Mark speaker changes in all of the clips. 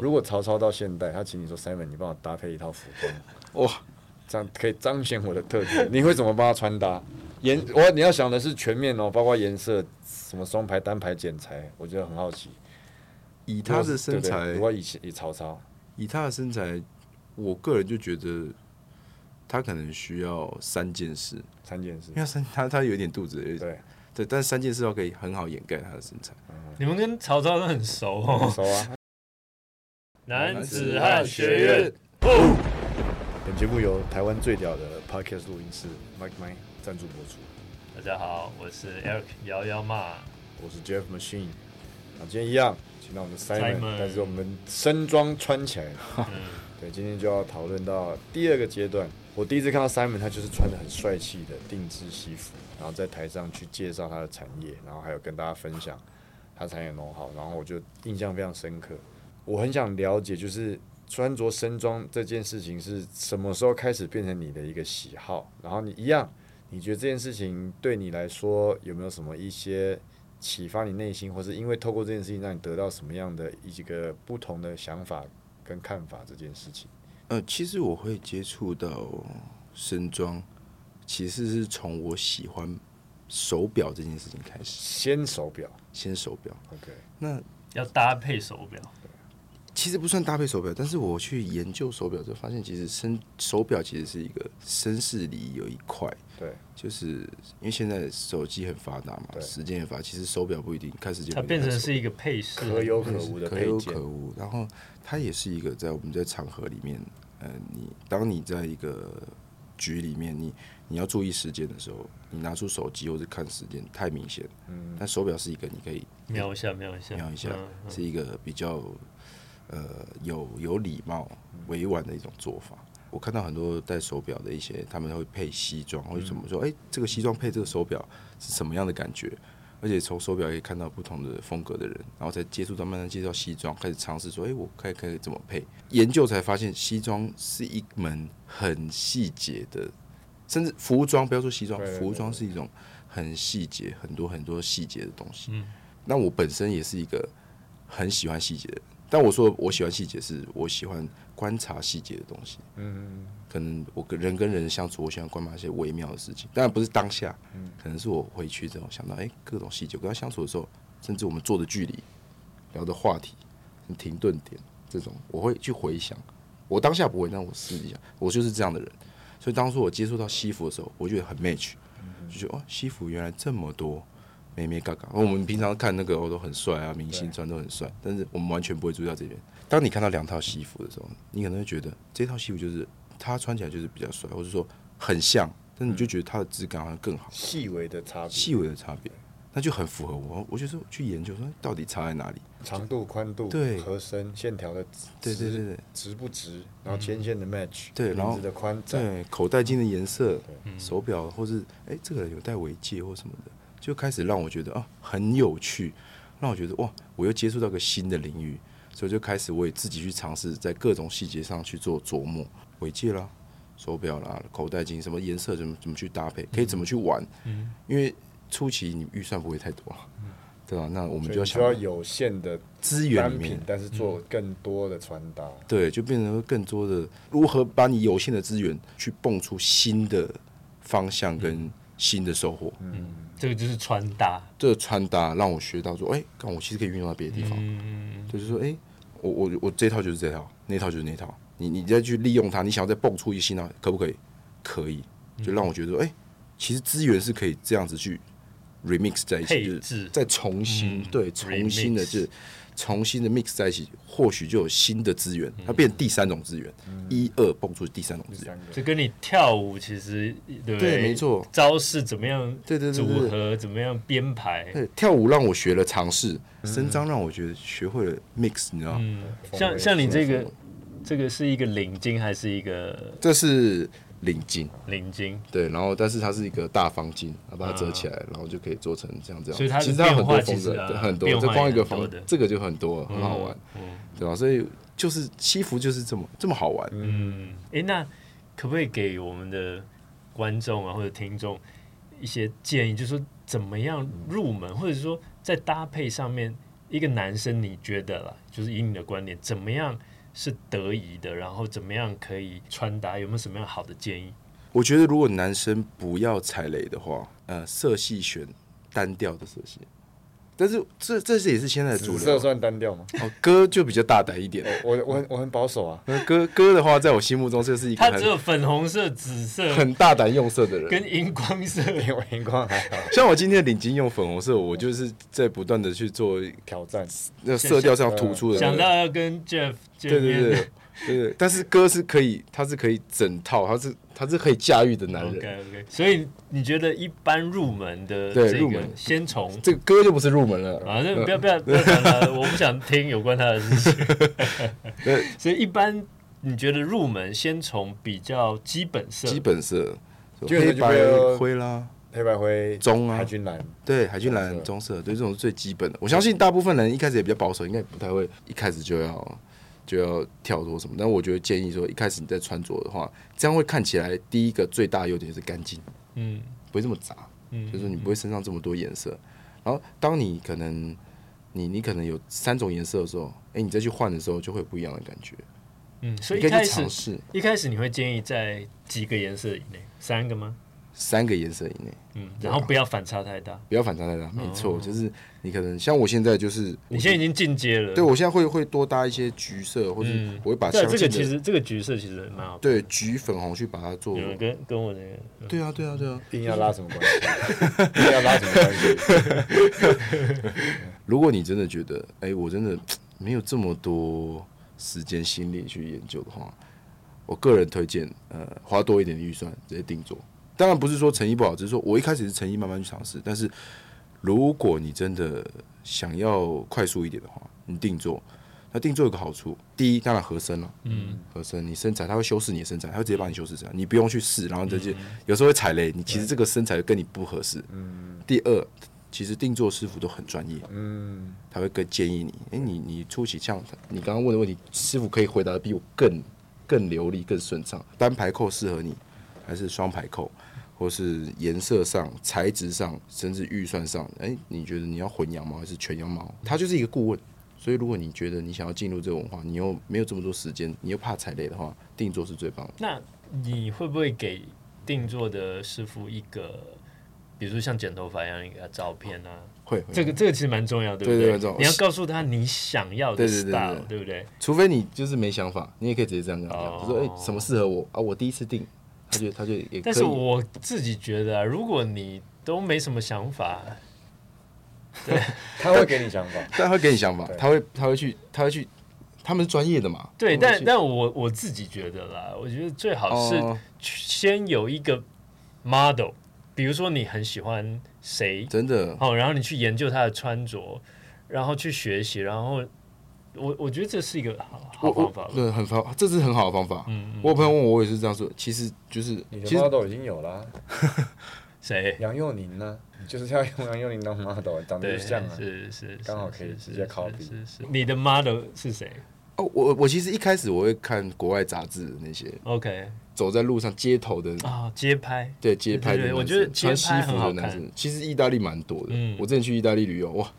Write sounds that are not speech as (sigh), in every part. Speaker 1: 如果曹操到现代，他请你说 Simon，你帮我搭配一套服装，
Speaker 2: 哇，
Speaker 1: 这样可以彰显我的特点。你会怎么帮他穿搭？颜，我你要想的是全面哦，包括颜色，什么双排、单排、剪裁，我觉得很好奇。
Speaker 2: 以他的身
Speaker 1: 对不
Speaker 2: 材
Speaker 1: 对，我以前以曹操，
Speaker 2: 以他的身材，我个人就觉得他可能需要三件事，
Speaker 1: 三件事
Speaker 2: 因为，他三他他有点肚子，有点
Speaker 1: 对，
Speaker 2: 对，但是三件事要可以很好掩盖他的身材。
Speaker 3: 你们跟曹操都很熟
Speaker 1: 很
Speaker 2: (laughs)
Speaker 3: 哦。
Speaker 1: 熟啊。
Speaker 3: 男子汉学院，
Speaker 1: (laughs) 本节目由台湾最屌的 Podcast 录音室 Mike Mike 赞助播出。
Speaker 3: 大家好，我是 Eric 瑶瑶嘛。
Speaker 1: 我是 Jeff Machine。啊，今天一样，请到我们的 Simon，,
Speaker 3: Simon
Speaker 1: 但是我们身装穿起来了。
Speaker 3: 嗯，
Speaker 1: 对，今天就要讨论到第二个阶段。我第一次看到 Simon，他就是穿的很帅气的定制西服，然后在台上去介绍他的产业，然后还有跟大家分享他产业的 know how，然后我就印象非常深刻。我很想了解，就是穿着身装这件事情是什么时候开始变成你的一个喜好？然后你一样，你觉得这件事情对你来说有没有什么一些启发你内心，或是因为透过这件事情让你得到什么样的一个不同的想法跟看法这件事情？
Speaker 2: 呃，其实我会接触到身装，其实是从我喜欢手表这件事情开始，
Speaker 1: 先手表
Speaker 2: 先手表。
Speaker 1: ，OK，
Speaker 2: 那
Speaker 3: 要搭配手表，
Speaker 2: 其实不算搭配手表，但是我去研究手表之后，发现其实身手表其实是一个绅士礼仪有一块，
Speaker 1: 对，
Speaker 2: 就是因为现在手机很发达嘛，
Speaker 1: 对
Speaker 2: 时间也发达，其实手表不一定看时间
Speaker 3: 它
Speaker 2: 不一定
Speaker 3: 变
Speaker 2: 看
Speaker 3: 成
Speaker 2: 手表，
Speaker 3: 是一个配饰。
Speaker 1: 可有可无的
Speaker 2: 可
Speaker 1: 配
Speaker 2: 有
Speaker 1: 件
Speaker 2: 可，无。然后它也是一个在我们在场合里面，呃，你当你在一个局里面，你你要注意时间的时候，你拿出手机或者看时间太明显，
Speaker 1: 嗯，
Speaker 2: 但手表是一个你可以
Speaker 3: 瞄一下，瞄一下，
Speaker 2: 瞄一下
Speaker 3: 嗯，嗯
Speaker 2: 是一个比较呃有有礼貌、委婉的一种做法。我看到很多戴手表的一些，他们会配西装，或者怎么说，
Speaker 3: 嗯
Speaker 2: 哎、这个西装配这个手表是什么样的感觉？而且从手表可以看到不同的风格的人，然后才接触到慢慢接触到西装，开始尝试说，哎、我可以可以怎么配？研究才发现，西装是一门很细节的，甚至服装不要说西装
Speaker 1: 对，对对
Speaker 2: 服装是一种很细节、很多很多细节的东西。
Speaker 3: 嗯
Speaker 2: 那我本身也是一个很喜欢细节的人，但我说我喜欢细节，是我喜欢观察细节的东西。
Speaker 1: 嗯，
Speaker 2: 可能我跟人跟人相处，我喜欢观察一些微妙的事情，当然不是当下，可能是我回去之后想到，哎、各种细节，我跟他相处的时候，甚至我们坐的距离、聊的话题、停顿点这种，我会去回想。我当下不会，但我私底下啊我就是这样的人。所以当初我接触到西服的时候，我觉得很 match，就觉得哦，西服原来这么多妹妹嘎嘎。我们平常看那个哦都很帅啊，明星穿都很帅，但是我们完全不会注意到这边。当你看到两套西服的时候，你可能会觉得这套西服就是它穿起来就是比较帅，或者说很像，但你就觉得它的质感好像更好，
Speaker 1: 细微的差别，
Speaker 2: 细微的差别，那就很符合我。我就说去研究说到底差在哪里。
Speaker 1: 长度、宽度、
Speaker 2: 对
Speaker 1: 合身、线条的直，
Speaker 2: 对对对对嗯
Speaker 1: 直不直，然后牵线的 match，
Speaker 2: 对然后
Speaker 1: 领子的宽窄，
Speaker 2: 对，口袋巾的颜色、
Speaker 1: 嗯
Speaker 2: 手表，或是哎、这个人有戴围戒或什么的，就开始让我觉得啊很有趣，让我觉得哇，我又接触到个新的领域，所以就开始我也自己去尝试在各种细节上去做琢磨，围戒啦、手表啦、口袋巾什么颜色怎么怎么去搭
Speaker 1: 嗯
Speaker 2: 配，可以怎么去玩，因为初期你预算不会太多啊，对吧、那我们
Speaker 1: 嗯所以
Speaker 2: 就要
Speaker 1: 你需
Speaker 2: 想
Speaker 1: 要有限的
Speaker 2: 资源
Speaker 1: 单
Speaker 2: 里面嗯
Speaker 1: 品，。但是做更多的穿搭，
Speaker 2: 对，就变成更多的如何把你有限的资源去蹦出新的方向跟新的收获。
Speaker 3: 这个就是穿搭。
Speaker 2: 这个穿搭让我学到说，哎、干我其实可以运用到别的地方。
Speaker 3: 嗯，
Speaker 2: 就是说，哎、我我我这套就是这套，那套就是那套。你你再去利用它，你想要再蹦出一个新的，可不可以？可以，就让我觉得说，哎、其实资源是可以这样子去 remix 在一
Speaker 3: 配
Speaker 2: 起，就是
Speaker 3: 置
Speaker 2: 再重新、
Speaker 3: 嗯
Speaker 2: 对重新的
Speaker 3: remix
Speaker 2: 就是重新的 mix 在一起，或许就有新的资源，
Speaker 3: 嗯
Speaker 2: 它变第三种资源，一二蹦出第三种
Speaker 1: 第
Speaker 2: 资源
Speaker 1: 三。个
Speaker 3: 这跟你跳舞其实对不
Speaker 2: 对没错
Speaker 3: 招式怎么样？
Speaker 2: 对对对对
Speaker 3: 组
Speaker 2: 对
Speaker 3: 合怎么样编排？
Speaker 2: 对，跳舞让我学了尝试，伸张让我觉得学会了 mix，你知道吗？
Speaker 3: 嗯，
Speaker 1: 风
Speaker 3: 像
Speaker 1: 味
Speaker 3: 像你这
Speaker 2: 风
Speaker 3: 个
Speaker 2: 味，
Speaker 3: 这个是一个领巾还是一个
Speaker 2: 这是领巾，
Speaker 3: 领巾？
Speaker 2: 对，然后但是它是一个大方巾，它把它折起来，然后就可以做成这样这样。
Speaker 3: 啊所以它的
Speaker 2: 其实它有很
Speaker 3: 变化
Speaker 2: 多
Speaker 3: 其
Speaker 2: 风
Speaker 3: 实
Speaker 2: 格，
Speaker 3: 啊
Speaker 2: 对很多，
Speaker 3: 变化
Speaker 2: 这光一
Speaker 3: 也
Speaker 2: 个
Speaker 3: 很多
Speaker 2: 风
Speaker 3: 的，
Speaker 2: 这个就很多，很好玩，
Speaker 3: 嗯
Speaker 2: 对吧？所以就是西服就是这么这么好玩。
Speaker 3: 嗯，哎、那可不可以给我们的观众啊或者听众一些建议，就是说怎么样入门，或者说在搭配上面？一个男生，你觉得啦，就是以你的观点，怎么样是得宜的？然后怎么样可以穿搭？有没有什么样好的建议？
Speaker 2: 我觉得如果男生不要踩雷的话，呃，色系选单调的色系，但是这这是也是现在的主
Speaker 1: 紫色
Speaker 2: 流
Speaker 1: 算单调吗？
Speaker 2: 哦，歌就比较大胆一点。
Speaker 1: 我我很我很保守啊，
Speaker 2: (laughs) 那歌歌的话，在我心目中这是一个
Speaker 3: 他只
Speaker 2: 很
Speaker 3: 有粉红色、紫色
Speaker 2: 很大胆用色的人。
Speaker 3: 跟荧光色。
Speaker 1: 因为荧光还好
Speaker 2: 像我今天的领巾用粉红色，我就是在不断的去做
Speaker 1: 挑战。
Speaker 2: 那色调上突出的那
Speaker 3: 想
Speaker 2: 个。
Speaker 3: 到要跟 Jeff
Speaker 2: 对
Speaker 3: 见
Speaker 2: 对
Speaker 3: 面，
Speaker 2: 对对对对，但是歌是可以，它是可以整套，它是它是可以驾驭的男人。
Speaker 3: OK OK，所以你觉得一般入门的
Speaker 2: 对
Speaker 3: 这
Speaker 2: 入
Speaker 3: 个
Speaker 2: 门
Speaker 3: 先从
Speaker 2: 这个歌就不是入门了。
Speaker 3: 啊，那不要不
Speaker 2: (laughs)
Speaker 3: 要不要谈了，我不想听有关他的事情。
Speaker 2: 对
Speaker 3: (laughs) 所以一般你觉得入门先从比较基本色，
Speaker 2: 基本色，
Speaker 1: 基本色
Speaker 2: 黑
Speaker 1: 就
Speaker 2: 白
Speaker 1: 比较
Speaker 2: 灰啦，
Speaker 1: 黑白灰、
Speaker 2: 棕啊
Speaker 1: 海军蓝，
Speaker 2: 对，海军
Speaker 1: 棕色
Speaker 2: 蓝、棕色，对这种是最基本的。我相信大部分人一开始也比较保守，应该也不太会一开始就要就要跳脱什么。但我觉得建议说，一开始你在穿着的话，这样会看起来第一个最大优点是干净，
Speaker 3: 嗯
Speaker 2: 不会这么杂，
Speaker 3: 嗯，
Speaker 2: 就是你不会身上这么多颜色。然后当你可能你你可能有三种颜色的时候，哎，你再去换的时候就会有不一样的感觉。
Speaker 3: 嗯，所以
Speaker 2: 你
Speaker 3: 一
Speaker 2: 可
Speaker 3: 开
Speaker 2: 以去
Speaker 3: 始
Speaker 2: 尝试
Speaker 3: 一开始你会建议在几个颜色以内，三个吗？
Speaker 2: 三个颜色以内。
Speaker 3: 嗯，然
Speaker 2: 啊
Speaker 3: 后不要反差太大。
Speaker 2: 不要反差太大，没错，就是你可能像我现在就是，
Speaker 3: 哦你现在已经进阶了，
Speaker 2: 对我现在会会多搭一些橘色，或者
Speaker 3: 嗯
Speaker 2: 我会把
Speaker 3: 对啊
Speaker 2: 相
Speaker 3: 这个
Speaker 2: 近
Speaker 3: 其
Speaker 2: 的
Speaker 3: 实这个橘色其实蛮好看
Speaker 2: 对橘粉红去把它做
Speaker 3: 的，，有跟跟我那个
Speaker 2: 对啊对啊对啊。
Speaker 1: 硬要拉什么关
Speaker 2: (laughs)
Speaker 1: 系？硬要拉什么关系？
Speaker 2: 如果你真的觉得，哎，我真的没有这么多时间心力去研究的话，我个人推荐，呃，花多一点的预算直接定做。当然不是说诚意不好，只是说我一开始是诚意慢慢去尝试，但是如果你真的想要快速一点的话，你定做。那定做有个好处，第一当然合身了、嗯，合身你身材它会修饰你的身材，它会直接帮你修饰身材，你不用去试，然后你再去、有时候会踩雷，你其实这个身材跟你不合适。嗯，第二，其实定做师傅都很专业，
Speaker 1: 嗯，
Speaker 2: 他会更建议你，哎、你你初期像你刚刚问的问题，师傅可以回答的比我更更流利、更顺畅。单排扣适合你，还是双排扣，或是颜色上、材质上，甚至预算上，哎、你觉得你要混羊毛还是全羊毛？他就是一个顾问。所以，如果你觉得你想要进入这个文化，你又没有这么多时间，你又怕踩雷的话，定做是最棒的。
Speaker 3: 那你会不会给定做的师傅一个，比如说像剪头发一样一个照片啊？
Speaker 2: 会，会
Speaker 3: 这个这个其实蛮重要，对不
Speaker 2: 对对
Speaker 3: 对？
Speaker 2: 对这种
Speaker 3: 你要告诉他你想要的
Speaker 2: 对对对
Speaker 3: style，
Speaker 2: 对
Speaker 3: 不对？
Speaker 2: 除非你就是没想法，你也可以直接这样跟他讲，就说哎、
Speaker 3: 哦
Speaker 2: 什么适合我啊？我第一次定，他就他就也可以。
Speaker 3: 但是我自己觉得、啊，如果你都没什么想法，
Speaker 1: 他会给你想法，
Speaker 2: 但他会给你想法
Speaker 1: 对，
Speaker 2: 他会他会去他会去，他们是专业的嘛？
Speaker 3: 对，
Speaker 2: 他们
Speaker 3: 但
Speaker 2: 去
Speaker 3: 但我我自己觉得啦，我觉得最好是
Speaker 2: 哦
Speaker 3: 去先有一个 model，比如说你很喜欢谁，
Speaker 2: 真的
Speaker 3: 好，然后你去研究他的穿着，然后去学习，然后我我觉得这是一个好好
Speaker 2: 我
Speaker 3: 方法
Speaker 2: 我
Speaker 3: 嗯吧。
Speaker 2: 对很方，这是很好的方法。我有朋友问我，我也是这样说，其实就是
Speaker 1: 你的
Speaker 2: 其实
Speaker 1: model 已经有啦，
Speaker 3: 谁？
Speaker 1: 杨佑宁呢？你就是要用杨佑宁当 model，长得
Speaker 3: 对，
Speaker 1: 就像啊。
Speaker 3: 是是，
Speaker 1: 刚好
Speaker 3: 是
Speaker 1: 可以
Speaker 3: 是
Speaker 1: 直接
Speaker 3: 是
Speaker 1: copy
Speaker 3: 是是，你的 model 是谁
Speaker 2: 哦，我我其实一开始我会看国外杂志的那些
Speaker 3: ？OK
Speaker 2: 走在路上街头的。
Speaker 3: 啊，街拍，
Speaker 2: 对街拍的
Speaker 3: 对
Speaker 2: 男
Speaker 3: 对对
Speaker 2: 生，
Speaker 3: 我觉得
Speaker 2: 穿
Speaker 3: 街
Speaker 2: 西
Speaker 3: 拍
Speaker 2: 服
Speaker 3: 很好
Speaker 2: 的男
Speaker 3: 看
Speaker 2: 生，其实意大利蛮多的。
Speaker 3: 嗯
Speaker 2: 我之前去意大利旅游，哇，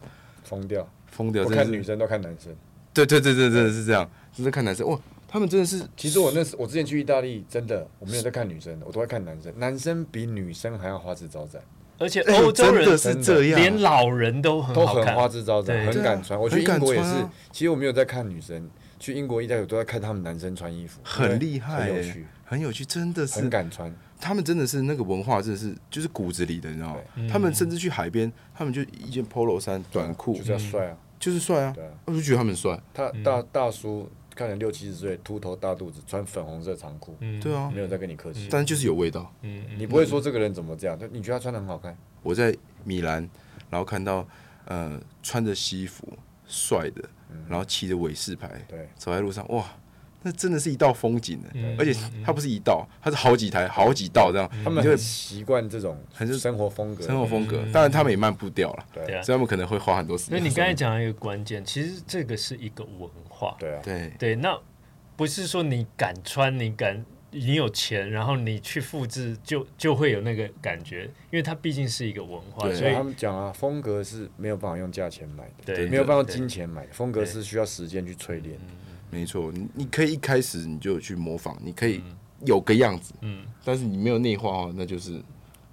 Speaker 1: 疯掉！
Speaker 2: 疯掉！
Speaker 1: 不
Speaker 2: 真的
Speaker 1: 看
Speaker 2: 是
Speaker 1: 女生都看男生。
Speaker 2: 对对对对，真的是这样，就是看男生，哇，他们真的是
Speaker 1: 其实我那时我之前去意大利，真的我没有在看女生的，我都在看男生。男生比女生还要花枝招展，
Speaker 3: 而且
Speaker 2: 哎
Speaker 3: 欧洲
Speaker 2: 真的
Speaker 3: 人
Speaker 2: 是
Speaker 1: 真的
Speaker 2: 这样，
Speaker 3: 连老人都很
Speaker 1: 啊都
Speaker 3: 嗯好
Speaker 1: 很
Speaker 3: 看，
Speaker 1: 花枝招展，
Speaker 3: 对
Speaker 1: 很敢
Speaker 2: 对
Speaker 1: 穿。
Speaker 2: 啊
Speaker 1: 我去英国也
Speaker 2: 很敢
Speaker 1: 是
Speaker 2: 穿啊，
Speaker 1: 其实我没有在看女生，去英国、意大利我都在看他们男生穿衣服，
Speaker 2: 很厉害、
Speaker 1: 因为
Speaker 2: 欸，
Speaker 1: 很有趣，
Speaker 2: 很有趣，真的是
Speaker 1: 很敢穿。
Speaker 2: 他们真的是那个文化，真的是就是骨子里的，你知道吗？
Speaker 1: 嗯
Speaker 2: 他们甚至去海边，他们就一件 polo 衫、短裤
Speaker 1: 就，是要帅啊！
Speaker 2: 就是帅啊
Speaker 1: 对啊！
Speaker 2: 我就觉得他们帅，
Speaker 1: 他大大
Speaker 3: 嗯
Speaker 1: 叔看着六七十岁，秃头大肚子，穿粉红色长裤，
Speaker 3: 嗯
Speaker 2: 对啊，
Speaker 1: 没有在跟你客气。
Speaker 2: 但就是有味道。
Speaker 3: 嗯嗯
Speaker 1: 你不会说这个人怎么这样，就你觉得他穿的很好看，
Speaker 2: 我在米兰，然后看到呃穿着西服帅的，
Speaker 1: 嗯
Speaker 2: 然后骑着韦氏牌，
Speaker 1: 对，
Speaker 2: 走在路上，哇，那真的是一道风景呢
Speaker 3: 嗯。
Speaker 2: 而且它不是一道，它是好几台、好几道这样，
Speaker 1: 他们
Speaker 2: 嗯你就
Speaker 1: 很
Speaker 2: 会
Speaker 1: 习惯这种
Speaker 2: 很是
Speaker 1: 生活风格，
Speaker 2: 生活风格。当然他们也慢步调了，
Speaker 1: 对
Speaker 3: 对啊
Speaker 2: 所以他们可能会花很多时
Speaker 3: 所以
Speaker 2: 间。
Speaker 3: 你刚才讲到一个关键，其实这个是一个文化，
Speaker 1: 对啊，
Speaker 2: 对
Speaker 3: 对，那不是说你敢穿，你敢你有钱，然后你去复制就，就会有那个感觉，因为它毕竟是一个文化，
Speaker 2: 对
Speaker 3: 所
Speaker 1: 所以
Speaker 3: 以
Speaker 1: 他们讲啊，风格是没有办法用价钱买的，
Speaker 3: 对
Speaker 1: 没有办法用
Speaker 3: 对
Speaker 1: 金钱买的，风格是需要时间去淬炼。
Speaker 2: 嗯没错，你你可以一开始你就去模仿，你可以
Speaker 1: 嗯
Speaker 2: 有个样子，
Speaker 3: 嗯，
Speaker 2: 但是你没有内化哦，那就是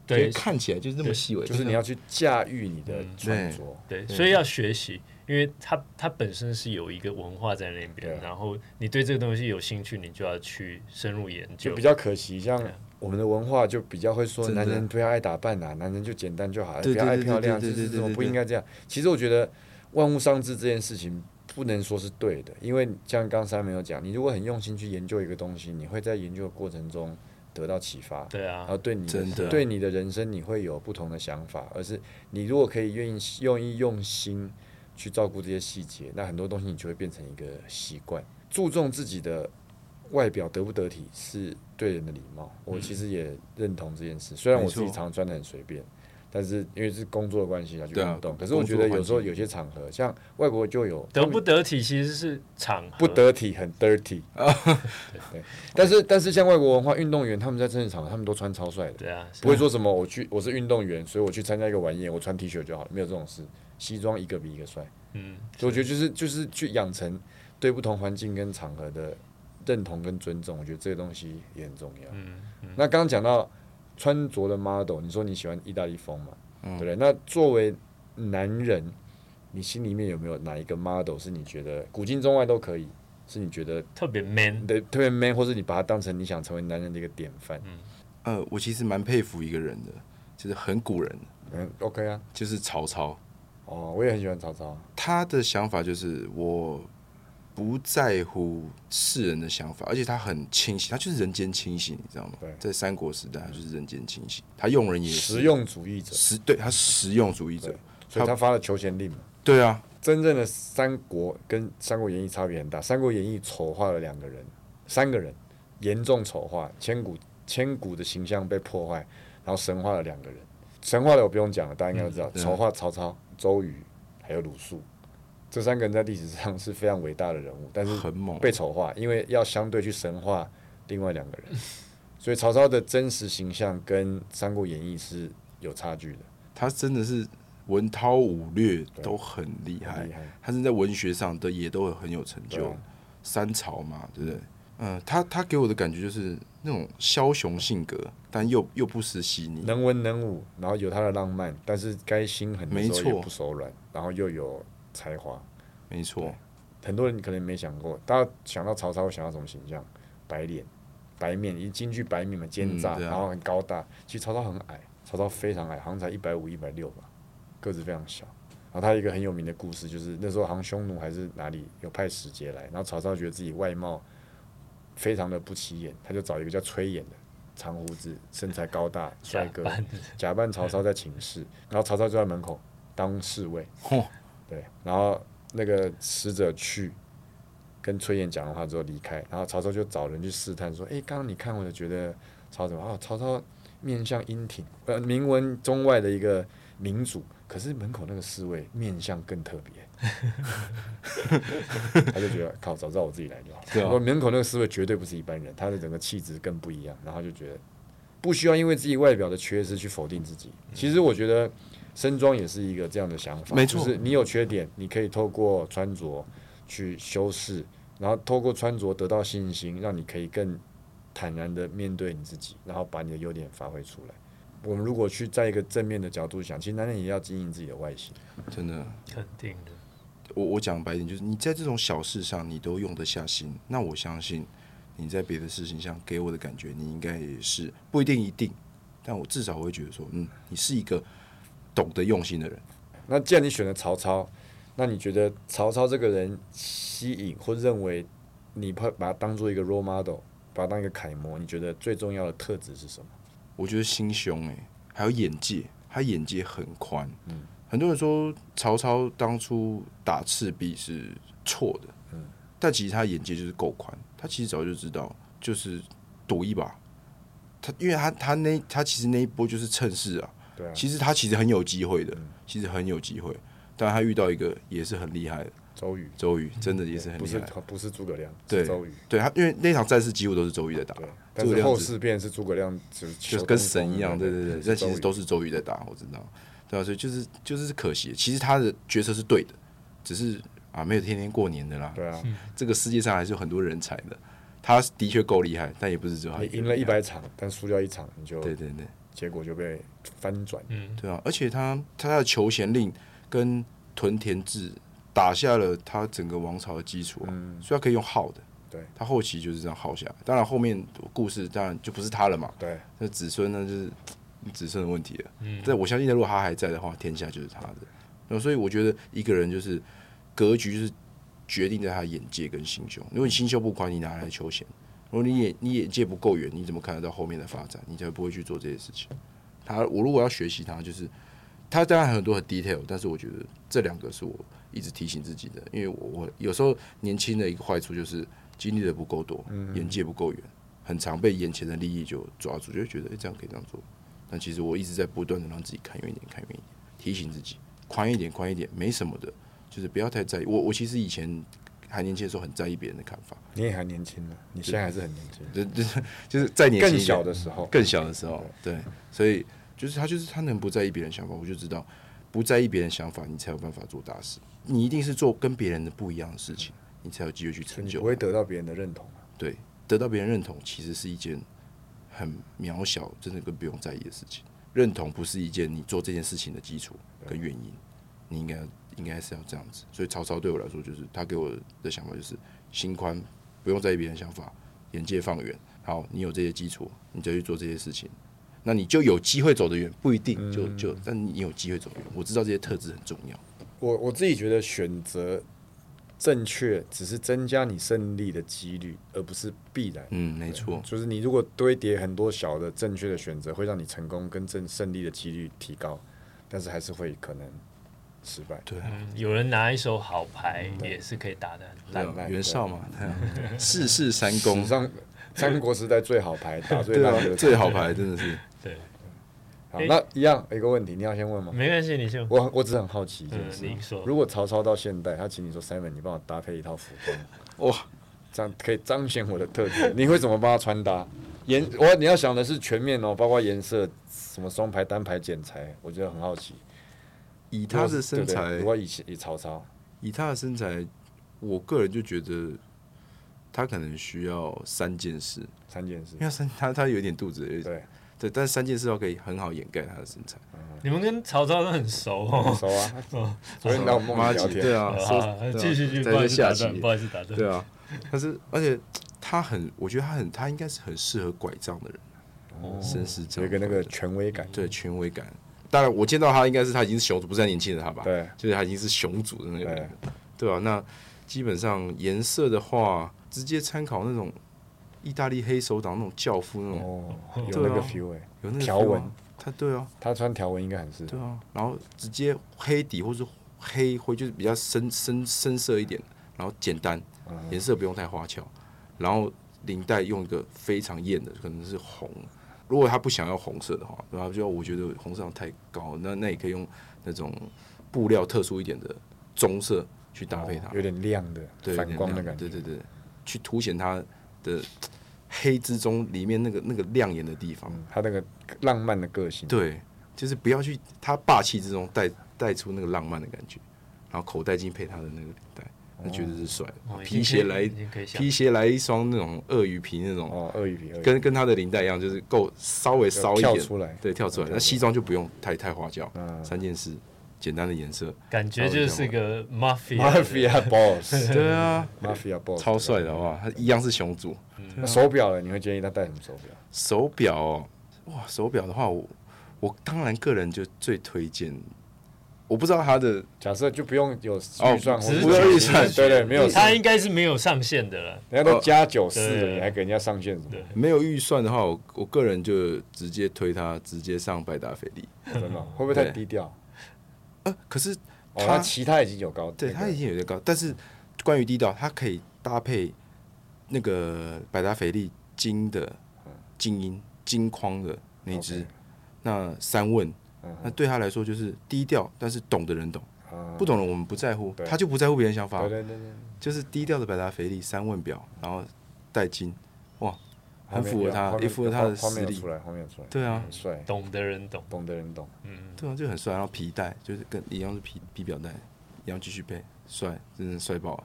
Speaker 3: 对
Speaker 2: 就是看起来就是那么
Speaker 3: 对
Speaker 2: 细微，
Speaker 1: 就是你要去驾驭你的
Speaker 3: 嗯
Speaker 1: 穿
Speaker 2: 对
Speaker 1: 着，
Speaker 3: 对，
Speaker 2: 对
Speaker 3: 所以要学习，因为它它本身是有一个文化在那边
Speaker 1: 对，啊
Speaker 3: 然后你对这个东西有兴趣，你就要去深入研
Speaker 1: 就
Speaker 3: 究
Speaker 1: 比。较可惜。像
Speaker 3: 对啊
Speaker 1: 我们的文化就比较会说，
Speaker 2: 真的
Speaker 1: 男人不要爱打扮啊，男人就简单就好了，
Speaker 2: 对
Speaker 1: 不要爱
Speaker 2: 对对
Speaker 1: 漂亮，就
Speaker 2: 对对
Speaker 1: 是
Speaker 2: 对
Speaker 1: 什么
Speaker 2: 对
Speaker 1: 不
Speaker 2: 对
Speaker 1: 应该这样。其实我觉得万物伤志这件事情不能说是对的，因为像刚才没有讲，你如果很用心去研究一个东西，你会在研究的过程中得到启发。
Speaker 3: 对
Speaker 1: 然
Speaker 3: 啊
Speaker 1: 后，对你
Speaker 2: 真的
Speaker 1: 对你的人生你会有不同的想法，而是你如果可以愿意用意用心去照顾这些细节，那很多东西你就会变成一个习惯。注重自己的外表得不得体是对人的礼貌，我其实也认同这件事。虽然我
Speaker 2: 嗯没错
Speaker 1: 自己常穿的很随便，但是因为是工作的关系啊，去
Speaker 2: 对啊
Speaker 1: 运动。
Speaker 2: 工
Speaker 1: 可是我觉得有时
Speaker 2: 工作
Speaker 1: 候
Speaker 2: 环境
Speaker 1: 有些场合，像外国就有
Speaker 3: 得不得体其实是场合，
Speaker 1: 不得体，很 dirty
Speaker 2: 啊
Speaker 1: 对，但是但是像外国文化，运动员他们在正式场合，他们都穿超帅的。
Speaker 3: 对啊，是
Speaker 1: 不会说什么我去我是运动员，所以我去参加一个晚宴，我穿 T 恤就好了，没有这种事。西装一个比一个帅，
Speaker 3: 嗯，
Speaker 1: 所以我觉得就是就是去养成对不同环境跟场合的认同跟尊重，我觉得这个东西也很重要。
Speaker 3: 嗯
Speaker 1: 那刚刚讲到穿着的 model，你说你喜欢意大利风嘛，对
Speaker 3: 嗯
Speaker 1: 不对？那作为男人，你心里面有没有哪一个 model 是你觉得古今中外都可以，是你觉得
Speaker 3: 啊特别 man
Speaker 1: 你。的特别 man，或是你把它当成你想成为男人的一个典范？
Speaker 3: 嗯
Speaker 2: 呃，我其实蛮佩服一个人的，就是很古人，
Speaker 1: 嗯，OK 啊，
Speaker 2: 就是曹操。
Speaker 1: 哦，我也很喜欢曹操。
Speaker 2: 他的想法就是我不在乎世人的想法，而且他很清醒，他就是人间清醒，你知道吗
Speaker 1: 对？
Speaker 2: 在三国时代，他就是人间清醒，他用人也是
Speaker 1: 实用主义者，
Speaker 2: 实对，他是实用主义者
Speaker 1: 对。所以他发了求贤令嘛。
Speaker 2: 对啊，
Speaker 1: 真正的三国跟《三国演义》差别很大，《三国演义》丑化了两个人，三个人严重丑化，千古千古的形象被破坏，然后神化了两个人。神化的我不用讲了，大家应该都知道，
Speaker 2: 嗯对
Speaker 1: 丑化曹操、周瑜还有鲁肃，这三个人在历史上是非常伟大的人物，但是
Speaker 2: 很猛
Speaker 1: 被丑化，因为要相对去神化另外两个人，所以曹操的真实形象跟《三国演义》是有差距的。
Speaker 2: 他真的是文韬武略都很厉
Speaker 1: 很
Speaker 2: 害
Speaker 1: 厉害，
Speaker 2: 他是在文学上的也都很有成
Speaker 1: 对
Speaker 2: 就
Speaker 1: 啊。
Speaker 2: 三朝嘛，对不对？嗯，他他给我的感觉就是那种枭雄性格，但又又不失细腻。
Speaker 1: 能文能武，然后有他的浪漫，但是该心狠的时候
Speaker 2: 没错
Speaker 1: 也不手软，然后又有才华。
Speaker 2: 没错，
Speaker 1: 很多人可能没想过，大家想到曹操会想到什么形象？白脸、白面，一京剧白面嘛，奸诈，
Speaker 2: 嗯对啊
Speaker 1: 然后很高大。其实曹操很矮，曹操非常矮，好像才一百五、一百六吧，个子非常小。然后他有一个很有名的故事，就是那时候好像匈奴还是哪里有派使节来，然后曹操觉得自己外貌非常的不起眼，他就找一个叫崔琰的长胡子、身材高大帅哥
Speaker 3: 假扮，
Speaker 1: 假扮曹操在请示，然后曹操就在门口当侍卫
Speaker 2: (laughs) 嚯。
Speaker 1: 对，然后那个使者去跟崔琰讲完话之后离开，然后曹操就找人去试探说：“诶，刚刚你看我就觉得曹怎么啊？曹操面向英挺，呃，明文中外的一个民主，可是门口那个侍卫面相更特别。”
Speaker 2: (laughs)
Speaker 1: 他就觉得靠，早知道我自己来就好。
Speaker 2: 对啊
Speaker 1: 我门口那个侍卫绝对不是一般人，他的整个气质更不一样，然后就觉得不需要因为自己外表的缺失去否定自己。其实我觉得身装也是一个这样的想法，
Speaker 2: 没错
Speaker 1: 就是你有缺点，你可以透过穿着去修饰，然后透过穿着得到信心，让你可以更坦然的面对你自己，然后把你的优点发挥出来。我们如果去在一个正面的角度想，其实男人也要经营自己的外形。
Speaker 2: 真的，
Speaker 3: 肯定的，
Speaker 2: 我我讲白一点，就是你在这种小事上你都用得下心，那我相信你在别的事情上给我的感觉，你应该也是不一定一定，但我至少我会觉得说，嗯，你是一个懂得用心的人。
Speaker 1: 那既然你选了曹操，那你觉得曹操这个人吸引或认为你把把他当做一个 role model，把他当一个楷模，你觉得最重要的特质是什么？
Speaker 2: 我觉得心胸哎、还有眼界，他眼界很宽。
Speaker 1: 嗯
Speaker 2: 很多人说曹操当初打赤壁是错的，
Speaker 1: 嗯
Speaker 2: 但其实他眼界就是够宽，他其实早就知道，就是赌一把。他因为他他那他其实那一波就是趁势啊，
Speaker 1: 对啊，嗯
Speaker 2: 其实他其实很有机会的，其实很有机会，但他遇到一个也是很厉害的，
Speaker 1: 周瑜
Speaker 2: 周瑜真的也是很
Speaker 1: 不
Speaker 2: 厉
Speaker 1: 是
Speaker 2: 害。
Speaker 1: 不是诸葛亮，
Speaker 2: 对
Speaker 1: 是周瑜。
Speaker 2: 对他，因为那场战事几乎都是周瑜在打
Speaker 1: 对，，啊
Speaker 2: 诸
Speaker 1: 但
Speaker 2: 葛
Speaker 1: 是
Speaker 2: 亮
Speaker 1: 后
Speaker 2: 只
Speaker 1: 事变是诸葛亮只
Speaker 2: 就是跟神一样，对对对，但其实都是周瑜在打，我知道，对啊，所以就是就是可惜，其实他的决策是对的，只是啊没有天天过年的啦，
Speaker 1: 对啊。
Speaker 2: 这个世界上还是有很多人才的，他的确够厉害，但也不是只有他
Speaker 1: 你
Speaker 2: 个人
Speaker 1: 赢了一百场，但输掉一场，你就
Speaker 2: 对对对
Speaker 1: 结果就被翻转。
Speaker 2: 对啊，而且他他的求贤令跟屯田制打下了他整个王朝的基础、啊，所以他可以用耗的。
Speaker 1: 嗯对，
Speaker 2: 他后期就是这样耗下来。当然，后面故事当然就不是他了嘛。
Speaker 1: 对，嗯
Speaker 2: 那子孙呢，就是子孙的问题了。但我相信，如果他还在的话，天下就是他的。那所以我觉得一个人就是格局就是决定在他眼界跟心胸。如果你心胸不宽，你哪来求贤？如果你眼你眼界不够远，你怎么看得到后面的发展？你才不会去做这些事情。他我如果要学习他，就是他当然还有很多很 detail，但是我觉得这两个是我一直提醒自己的，因为我我有时候年轻的一个坏处就是经历的不够多，
Speaker 1: 嗯
Speaker 2: 眼界不够远，很常被眼前的利益就抓住，就会觉得、诶这样可以这样做。但其实我一直在不断的让自己看远一点，看远一点，提醒自己宽一点，宽一点，没什么的，就是不要太在意。我我其实以前还年轻的时候很在意别人的看法，
Speaker 1: 你也还年轻呢，你现在还是很年轻，
Speaker 2: 就就是就是再年轻一
Speaker 1: 更
Speaker 2: 点
Speaker 1: 小的时候，
Speaker 2: 更小的时候，对，所以就是他就是他能不在意别人想法，我就知道不在意别人想法，你才有办法做大事。你一定是做跟别人的不一样的事情，你才有机会去
Speaker 1: 所以
Speaker 2: 成
Speaker 1: 你
Speaker 2: 就
Speaker 1: 不。会得到别人的认同啊。
Speaker 2: 对，得到别人认同其实是一件很渺小，真的跟不用在意的事情。认同不是一件你做这件事情的基础跟原因，你应该应该是要这样子。所以曹操对我来说，就是他给我的想法就是心宽，不用在意别人想法，眼界放远。好，你有这些基础，你再去做这些事情，那你就有机会走得远，不一定就就，但你有机会走得远。我知道这些特质很重要。
Speaker 1: 我我自己觉得选择正确只是增加你胜利的几率，而不是必然。
Speaker 2: 嗯，没错，
Speaker 1: 就是你如果堆叠很多小的正确的选择，会让你成功跟正胜利的几率提高，但是还是会可能失败。
Speaker 2: 对啊。
Speaker 3: 嗯，有人拿一手好牌
Speaker 1: 嗯
Speaker 3: 也是可以打的很
Speaker 2: 对
Speaker 3: 烂，
Speaker 2: 啊
Speaker 1: 烂
Speaker 2: 袁绍嘛，对 (laughs) 啊世事三公
Speaker 1: 史，上三国时代最好牌打最
Speaker 2: 对
Speaker 1: 烂
Speaker 2: 啊
Speaker 1: 的就是，
Speaker 2: 最好牌真的是，
Speaker 3: 对，
Speaker 1: 好，那一样有一个问题，你要先问
Speaker 2: 嗯
Speaker 1: 吗？
Speaker 3: 没关系，你先，
Speaker 1: 我我只是很好奇一件
Speaker 3: 嗯，
Speaker 1: 事，
Speaker 3: 你说，
Speaker 1: 如果曹操到现代，他请你说 Simon，你帮我搭配一套服装，
Speaker 2: (laughs) 哇，
Speaker 1: 这样可以彰显我的特质，你会怎么帮他穿搭？颜
Speaker 2: 嗯
Speaker 1: 我你要想的是全面哦，包括颜色、什么双排、单排、剪裁，我觉得很好奇。
Speaker 2: 以他的
Speaker 1: 对
Speaker 2: 身
Speaker 1: 不对
Speaker 2: 材
Speaker 1: 如，果以前以曹操，
Speaker 2: 以他的身材，我个人就觉得他可能需要三件事，
Speaker 1: 三件事
Speaker 2: 因为，他三他他有点肚子，有点
Speaker 1: 对，
Speaker 2: 对，但是三件事要可以很好掩盖他的身材。
Speaker 3: 你们跟曹操都很熟
Speaker 1: 很 (laughs)
Speaker 3: 哦。
Speaker 1: 熟啊，
Speaker 2: (laughs)
Speaker 3: 哦
Speaker 1: 昨天来我梦
Speaker 2: 妈
Speaker 1: 里聊
Speaker 2: 姐，
Speaker 1: 天，
Speaker 2: 对 (laughs) 啊，说
Speaker 3: 好，
Speaker 2: 对啊
Speaker 3: 继续继续，
Speaker 2: 在
Speaker 3: 不好
Speaker 2: 这
Speaker 3: 意思
Speaker 2: 下
Speaker 3: 打断，
Speaker 2: 棋
Speaker 3: 不，好意思打断。
Speaker 2: 对啊，但是而且他很，我觉得他很，他应该是很适合拐杖的人，绅士杖
Speaker 1: 有一个那个权威感，
Speaker 2: 对权威感。当然，我见到他应该是他已经是雄主，不是在年轻的他吧？
Speaker 1: 对，
Speaker 2: 就是他已经是雄主的那个人了，
Speaker 1: 哎
Speaker 2: 对吧、那基本上颜色的话，直接参考那种意大利黑手党那种教父那种，
Speaker 1: 哦，有
Speaker 2: 嗯对
Speaker 1: 那个
Speaker 2: 啊
Speaker 1: feel 哎，
Speaker 2: 有那个
Speaker 1: 条
Speaker 2: feel 啊
Speaker 1: 纹，
Speaker 2: 他对啊，
Speaker 1: 他穿条纹应该很适
Speaker 2: 对
Speaker 1: 合，
Speaker 2: 啊，然后直接黑底或是黑灰，就是比较深深深色一点，然后简单，
Speaker 1: 嗯
Speaker 2: 颜色不用太花俏，然后领带用一个非常艳的，可能是红。如果他不想要红色的话，然后就我觉得红色太高，那那也可以用那种布料特殊一点的棕色去搭配它，
Speaker 1: 哦有点亮的
Speaker 2: 对，有
Speaker 1: 反
Speaker 2: 点
Speaker 1: 光的
Speaker 2: 亮
Speaker 1: 感觉，
Speaker 2: 对对对，去凸显它的黑之中里面那个那个亮眼的地方。
Speaker 1: 他那个浪漫的个性，
Speaker 2: 对，就是不要去他霸气之中带带出那个浪漫的感觉，然后口袋巾配他的那个领带，那绝对是帅的。
Speaker 3: 哦
Speaker 2: 皮鞋来
Speaker 3: 已经可以已经可以想
Speaker 2: 皮鞋来一双那种鳄鱼皮那种，
Speaker 1: 哦，鳄鱼皮，鳄鱼皮
Speaker 2: 跟跟他的领带一样，就是够稍微骚一
Speaker 1: 跳
Speaker 2: 点，
Speaker 1: 出来
Speaker 2: 对，跳出
Speaker 3: 嗯
Speaker 2: 来。那西装就不用太太花俏，三件事，简单的颜色，
Speaker 3: 感觉就是个 mafia
Speaker 1: (laughs)
Speaker 3: 的
Speaker 1: Mafia
Speaker 2: (laughs)
Speaker 1: Boss，
Speaker 2: 对啊，
Speaker 3: 嗯
Speaker 1: Mafia Boss，
Speaker 2: 超帅的好不好？他一样是雄主，
Speaker 1: 那手表了，你会建议他戴什么手表？
Speaker 2: 手表、哦，哇，手表的话，我我当然个人就最推荐，我不知道他的
Speaker 1: 假设就不用有
Speaker 2: 哦
Speaker 1: 预算，
Speaker 3: 只是
Speaker 1: 不用预
Speaker 3: 只是
Speaker 1: 算，对对，没有，
Speaker 3: 他
Speaker 1: 人
Speaker 3: 应该是没有上限的了。
Speaker 1: 家
Speaker 2: 哦
Speaker 1: 都加九四
Speaker 3: 对
Speaker 1: 了，
Speaker 3: 对对
Speaker 1: 你还给人家上限什么？
Speaker 2: 没有预算的话，我我个人就直接推他直接上百达翡丽。
Speaker 1: 真的哦会不会太
Speaker 2: 对
Speaker 1: 低调？
Speaker 2: 呃，可是
Speaker 1: 哦，
Speaker 2: 他
Speaker 1: 那其他已经有高，
Speaker 2: 对
Speaker 1: 那个
Speaker 2: 他已经有点高，但是关于低调，它可以搭配那个百达翡丽金的金银金框的那一只
Speaker 1: OK，
Speaker 2: 嗯那三问，那对他来说就是低调，但是懂的人懂，不懂的我们不在乎，
Speaker 1: 对
Speaker 2: 他就不在乎别人想法
Speaker 1: 啊对，对对对，
Speaker 2: 就是低调的百达翡丽三问表，然后带金，哇，很
Speaker 1: 画面
Speaker 2: 符合
Speaker 1: 有
Speaker 2: 他
Speaker 1: 画，面
Speaker 2: 也符合他的
Speaker 1: 画面
Speaker 2: 实
Speaker 1: 有
Speaker 2: 力
Speaker 1: 出。来，画面有出来，
Speaker 2: 对啊，
Speaker 1: 很帅，
Speaker 3: 懂的人懂，
Speaker 1: 懂的人懂。
Speaker 3: 嗯，
Speaker 2: 对啊，就很帅。然后皮带就是跟一样是皮皮表带，一样继续配，帅，真的帅爆了。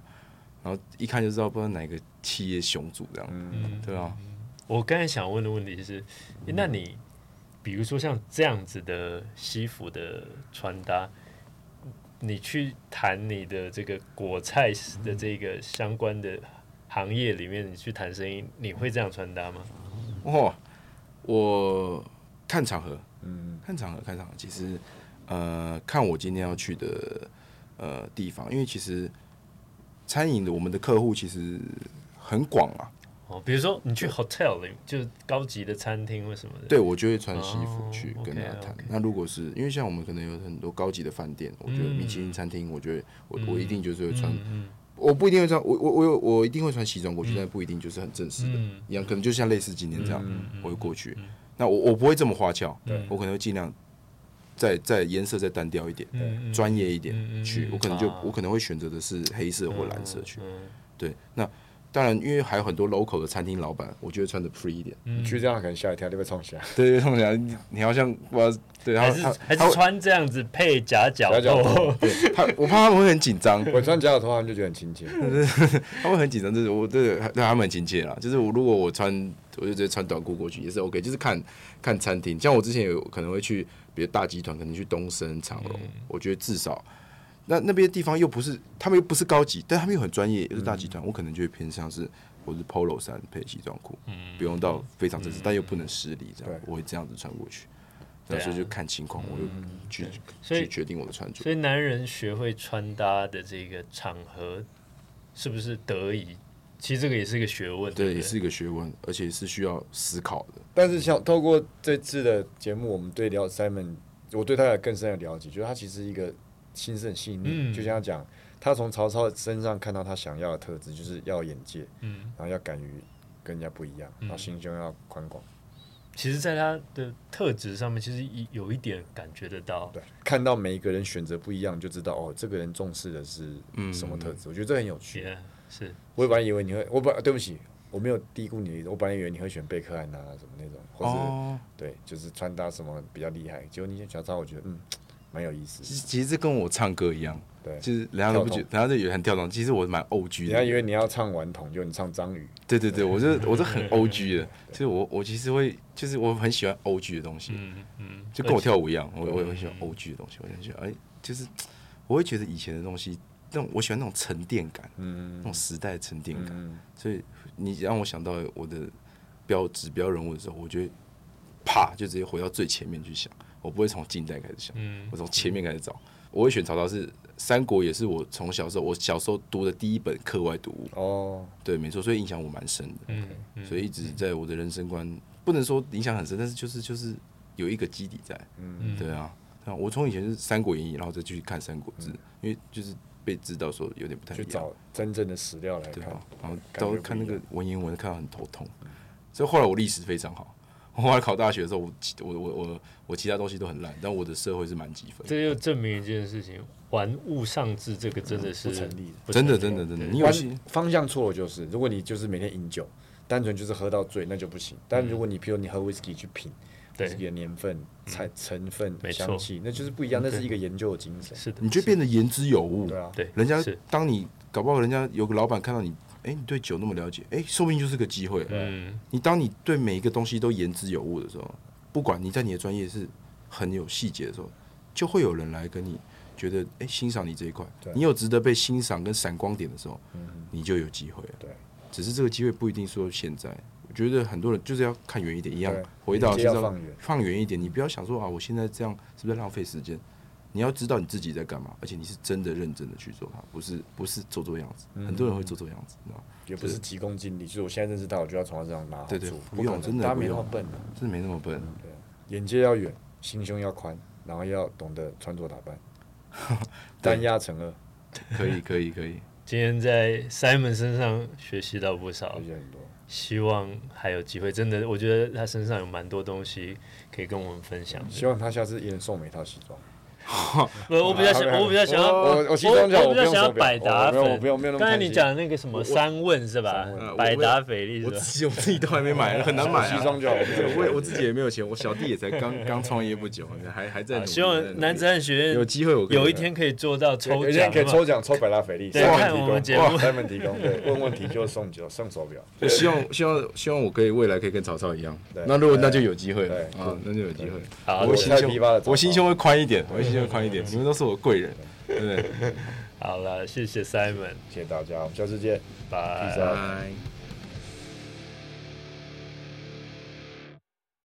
Speaker 2: 然后一看就知道不知道哪个企业雄主这样，
Speaker 3: 嗯
Speaker 2: 对啊，
Speaker 3: 我刚才想问的问题是，诶那你比如说像这样子的西服的穿搭，你去谈你的这个果菜的这个相关的行业里面，你去谈生意，你会这样穿搭吗？
Speaker 2: 哇，我看场合，
Speaker 1: 嗯
Speaker 2: 看场合，看场合。其实，呃，看我今天要去的呃地方，因为其实餐饮的我们的客户其实很广啊。
Speaker 3: 哦，比如说你去 hotel 里，就是高级的餐厅或什么的，
Speaker 2: 对，我就会穿西服去
Speaker 3: 哦
Speaker 2: 跟他
Speaker 3: OK，OK
Speaker 2: 谈。那如果是因为像我们可能有很多高级的饭店，我觉得
Speaker 3: 嗯
Speaker 2: 米其林餐厅，我觉得我、我一定就是会穿，
Speaker 3: 嗯
Speaker 2: 我不一定会穿，我我我有我一定会穿西装过去，但不一定就是很正式的，
Speaker 3: 嗯
Speaker 2: 一样可能就像类似今天这样，
Speaker 3: 嗯
Speaker 2: 我会过去。那我我不会这么花俏，
Speaker 3: 对
Speaker 2: 我可能会尽量再再颜色再单调一点，
Speaker 3: 嗯嗯
Speaker 2: 专业一点
Speaker 3: 嗯嗯
Speaker 2: 去
Speaker 3: 嗯。
Speaker 2: 我可能就、
Speaker 3: 啊
Speaker 2: 我可能会选择的是黑色或蓝色去。
Speaker 3: 嗯
Speaker 2: 对，那当然因为还有很多 local 的餐厅老板，我就会穿的 free 一点。
Speaker 1: 你去这样可能吓一跳，就被冲起来。 (laughs)
Speaker 2: 对对，他们讲你你好像我对，他
Speaker 3: 还
Speaker 2: 他
Speaker 3: 是还
Speaker 2: 他
Speaker 3: 是
Speaker 2: 会
Speaker 3: 穿这样子配夹脚
Speaker 1: 夹脚
Speaker 3: 拖，
Speaker 2: 对他，我怕他们会很紧张，
Speaker 1: 我穿假脚拖，他们就觉得很亲切。
Speaker 2: 他们很紧张，就是我对对他们很亲切啦。就是我如果我穿，我就直接穿短裤过去也是 OK，就是看看餐厅。像我之前有可能会去，比如大集团，可能去东升、长隆，
Speaker 3: 嗯
Speaker 2: 我觉得至少那那边地方又不是他们又不是高级，但他们又很专业，又是大集
Speaker 3: 嗯
Speaker 2: 团，我可能就会偏向是我是 polo 衫配西装裤，
Speaker 3: 嗯
Speaker 2: 不用到非常正式，但又不能失礼，这样
Speaker 1: 对
Speaker 2: 我会这样子穿过去。那
Speaker 3: 对啊
Speaker 2: 所以就看情况，我就去
Speaker 3: 所以
Speaker 2: 去决定我的穿着。
Speaker 3: 所以男人学会穿搭的这个场合是不是得宜？其实这个也是一个学问，
Speaker 2: 对，
Speaker 3: 不
Speaker 2: 也是一个学问，而且是需要思考的。
Speaker 1: 但是像透过这次的节目，我们对了 Simon，我对他有更深的了解，就是他其实一个心思很细腻，
Speaker 3: 嗯
Speaker 1: 就像他讲，他从曹操身上看到他想要的特质，就是要有眼界，
Speaker 3: 嗯，
Speaker 1: 然后要敢于跟人家不一样，然后心胸要宽广，
Speaker 3: 其实，在他的特质上面，其实一有一点感觉得到。
Speaker 1: 对，看到每一个人选择不一样，就知道哦，这个人重视的是什么特质，我觉得这很有趣。
Speaker 3: 嗯 Yeah，是
Speaker 1: 我本来以为你会，我本对不起，我没有低估你的意思，我本来以为你会选贝克汉啊什么那种，或者、
Speaker 2: 哦，
Speaker 1: 对，就是穿搭什么比较厉害，结果你选小超，我觉得嗯，蛮有意思
Speaker 2: 其。实其实这跟我唱歌一样，
Speaker 1: 对，
Speaker 2: 就是人家都不觉，
Speaker 1: 跳
Speaker 2: 人家就以为很跳动，其实我蛮 O G
Speaker 1: 人家以
Speaker 2: 的。
Speaker 1: 为你要唱顽童，就你唱章鱼，
Speaker 2: 对对对，我是我是很 O G 的，就是我我其实会，就是我很喜欢 O G 的东西，
Speaker 3: 嗯嗯，
Speaker 2: 就跟我
Speaker 3: 而且
Speaker 2: 跳舞一样，我我也会喜欢 O G 的东西，我就觉得哎，就是我会觉得以前的东西，那种我喜欢那种沉淀感，那
Speaker 1: 嗯
Speaker 2: 种时代的沉淀感，
Speaker 1: 嗯，
Speaker 2: 所以你让我想到我的标指标人物的时候，我就会啪就直接回到最前面去想，我不会从近代开始想。
Speaker 3: 嗯
Speaker 2: 我从前面开始找。我会选曹操是《三国》，也是我从小时候我小时候读的第一本课外读物。
Speaker 1: 哦，
Speaker 2: 对，没错，所以影响我蛮深的，
Speaker 3: 嗯嗯，
Speaker 2: 所以一直在我的人生观，不能说影响很深，但是就是就是有一个基底在。
Speaker 1: 嗯
Speaker 2: 对啊，那我从以前是《三国演义》，然后再去看《三国志》因为就是被知道说有点不太一
Speaker 1: 嗯去
Speaker 2: 样，
Speaker 1: 找真正的史料来
Speaker 2: 对啊
Speaker 1: 看
Speaker 2: 吧，？然后
Speaker 1: 感觉
Speaker 2: 到
Speaker 1: 不一样嗯
Speaker 2: 看那个文言文看到很头痛，所以后来我历史非常好。我后来考大学的时候，我其我我我我其他东西都很烂，但我的社会是满积分。
Speaker 3: 这又证明一件事情：玩物丧志，这个真的是
Speaker 1: 不成立的
Speaker 3: 不
Speaker 2: 真
Speaker 3: 成立
Speaker 2: 的真的真的，你有
Speaker 1: 方
Speaker 2: 些
Speaker 1: 方向错了就是，如果你就是每天饮酒，单纯就是喝到醉，那就不行。但
Speaker 2: 嗯
Speaker 1: 如果你譬如你喝 whisky 去品
Speaker 3: 对
Speaker 1: 自己的年份、才成
Speaker 3: 没
Speaker 1: 分、
Speaker 3: 错
Speaker 1: 香
Speaker 2: 嗯
Speaker 1: 气，那就是不一样，那是一个研究的精神。
Speaker 3: 是的，
Speaker 2: 你就变得言之有物。
Speaker 1: 对啊，
Speaker 3: 对，
Speaker 2: 人家
Speaker 3: 是
Speaker 2: 当你搞不好，人家有个老板看到你，哎、你对酒那么了解，哎、说不定就是个机会。
Speaker 3: 嗯
Speaker 2: 你当你对每一个东西都言之有物的时候，不管你在你的专业是很有细节的时候，就会有人来跟你觉得，哎、欣赏你这一块
Speaker 1: 对，
Speaker 2: 你有值得被欣赏跟闪光点的时候，你就有机会了。
Speaker 1: 嗯对，
Speaker 2: 只是这个机会不一定说现在。我觉得很多人就是要看远一点，一样
Speaker 1: 对
Speaker 2: 回到
Speaker 1: 眼界
Speaker 2: 就是
Speaker 1: 要
Speaker 2: 要
Speaker 1: 放远
Speaker 2: 放远一点。你不要想说啊，我现在这样是不是在浪费时间？你要知道你自己在干嘛，而且你是真的认真的去做它，不是不是做做样子。很多人会做做样子，你知道吗？
Speaker 1: 也不是急功近利，就是我现在认识到，我就要从他身上拿好
Speaker 2: 对
Speaker 1: 处
Speaker 2: 对，
Speaker 1: 不
Speaker 2: 不用
Speaker 1: 可能
Speaker 2: 真的
Speaker 1: 大家
Speaker 2: 不
Speaker 1: 没那么
Speaker 2: 用
Speaker 1: 笨啊的，
Speaker 2: 真的没那么笨。
Speaker 1: 眼界要远，心胸要宽，然后要懂得穿着打
Speaker 3: (laughs)
Speaker 1: 扮，单压惩恶，
Speaker 2: 可以，可以，可以。
Speaker 3: 今天在 Simon 身上学习到不少
Speaker 1: 而，且很多。
Speaker 3: 希望还有机会。真的，我觉得他身上有蛮多东西可以跟我们分享的。
Speaker 1: 希望他下次一人送我们一套西装。
Speaker 3: 我我比较想，我比较想要，
Speaker 1: 我我
Speaker 3: 我
Speaker 1: 西装脚
Speaker 3: 我比
Speaker 1: 不
Speaker 3: 较
Speaker 1: 用
Speaker 3: 想要
Speaker 1: 手表
Speaker 3: 百达
Speaker 1: 我没有我
Speaker 3: 粉
Speaker 1: 没。有没有那么
Speaker 3: 刚才
Speaker 1: 贪
Speaker 3: 你
Speaker 1: 心
Speaker 3: 讲那个什么三问是吧
Speaker 1: 三问？
Speaker 3: 百达翡丽是
Speaker 2: 我
Speaker 3: 吧？
Speaker 2: 自己我自己都还没买，很难买、啊。
Speaker 1: 西装脚，
Speaker 2: 对，我也我自己也没有钱，我小弟也才刚刚创业不久，还还在努
Speaker 3: 啊
Speaker 2: 力。
Speaker 3: 希
Speaker 2: 还在努
Speaker 3: 望
Speaker 2: 力
Speaker 3: 男子汉学院
Speaker 2: 有机会我可以
Speaker 3: 有一天可以做到抽
Speaker 1: 有些
Speaker 3: 奖
Speaker 1: 人
Speaker 3: 嘛，
Speaker 1: 可以抽奖抽百达翡丽，
Speaker 3: 对
Speaker 1: 三
Speaker 3: 看
Speaker 1: 门提
Speaker 3: 我
Speaker 1: 供
Speaker 3: 们节目
Speaker 1: 三门提供，对，问问题就送酒送手表，
Speaker 2: 我 (laughs) 希望希望希望我可以未来可以跟曹操一样
Speaker 1: 对。
Speaker 2: 那如果那就有机会了
Speaker 1: 对
Speaker 2: 啊，那就有机会。
Speaker 3: 好
Speaker 2: 我心
Speaker 1: 太
Speaker 2: 胸
Speaker 1: 批发了曹操
Speaker 2: 我心胸会宽一点，我心胸会宽一点。你们都是我贵人，对不
Speaker 1: (laughs)
Speaker 2: 对？
Speaker 3: 好了，谢谢 Simon，
Speaker 1: 谢谢大家，我们下次见。
Speaker 3: 拜
Speaker 1: 拜。
Speaker 2: 拜。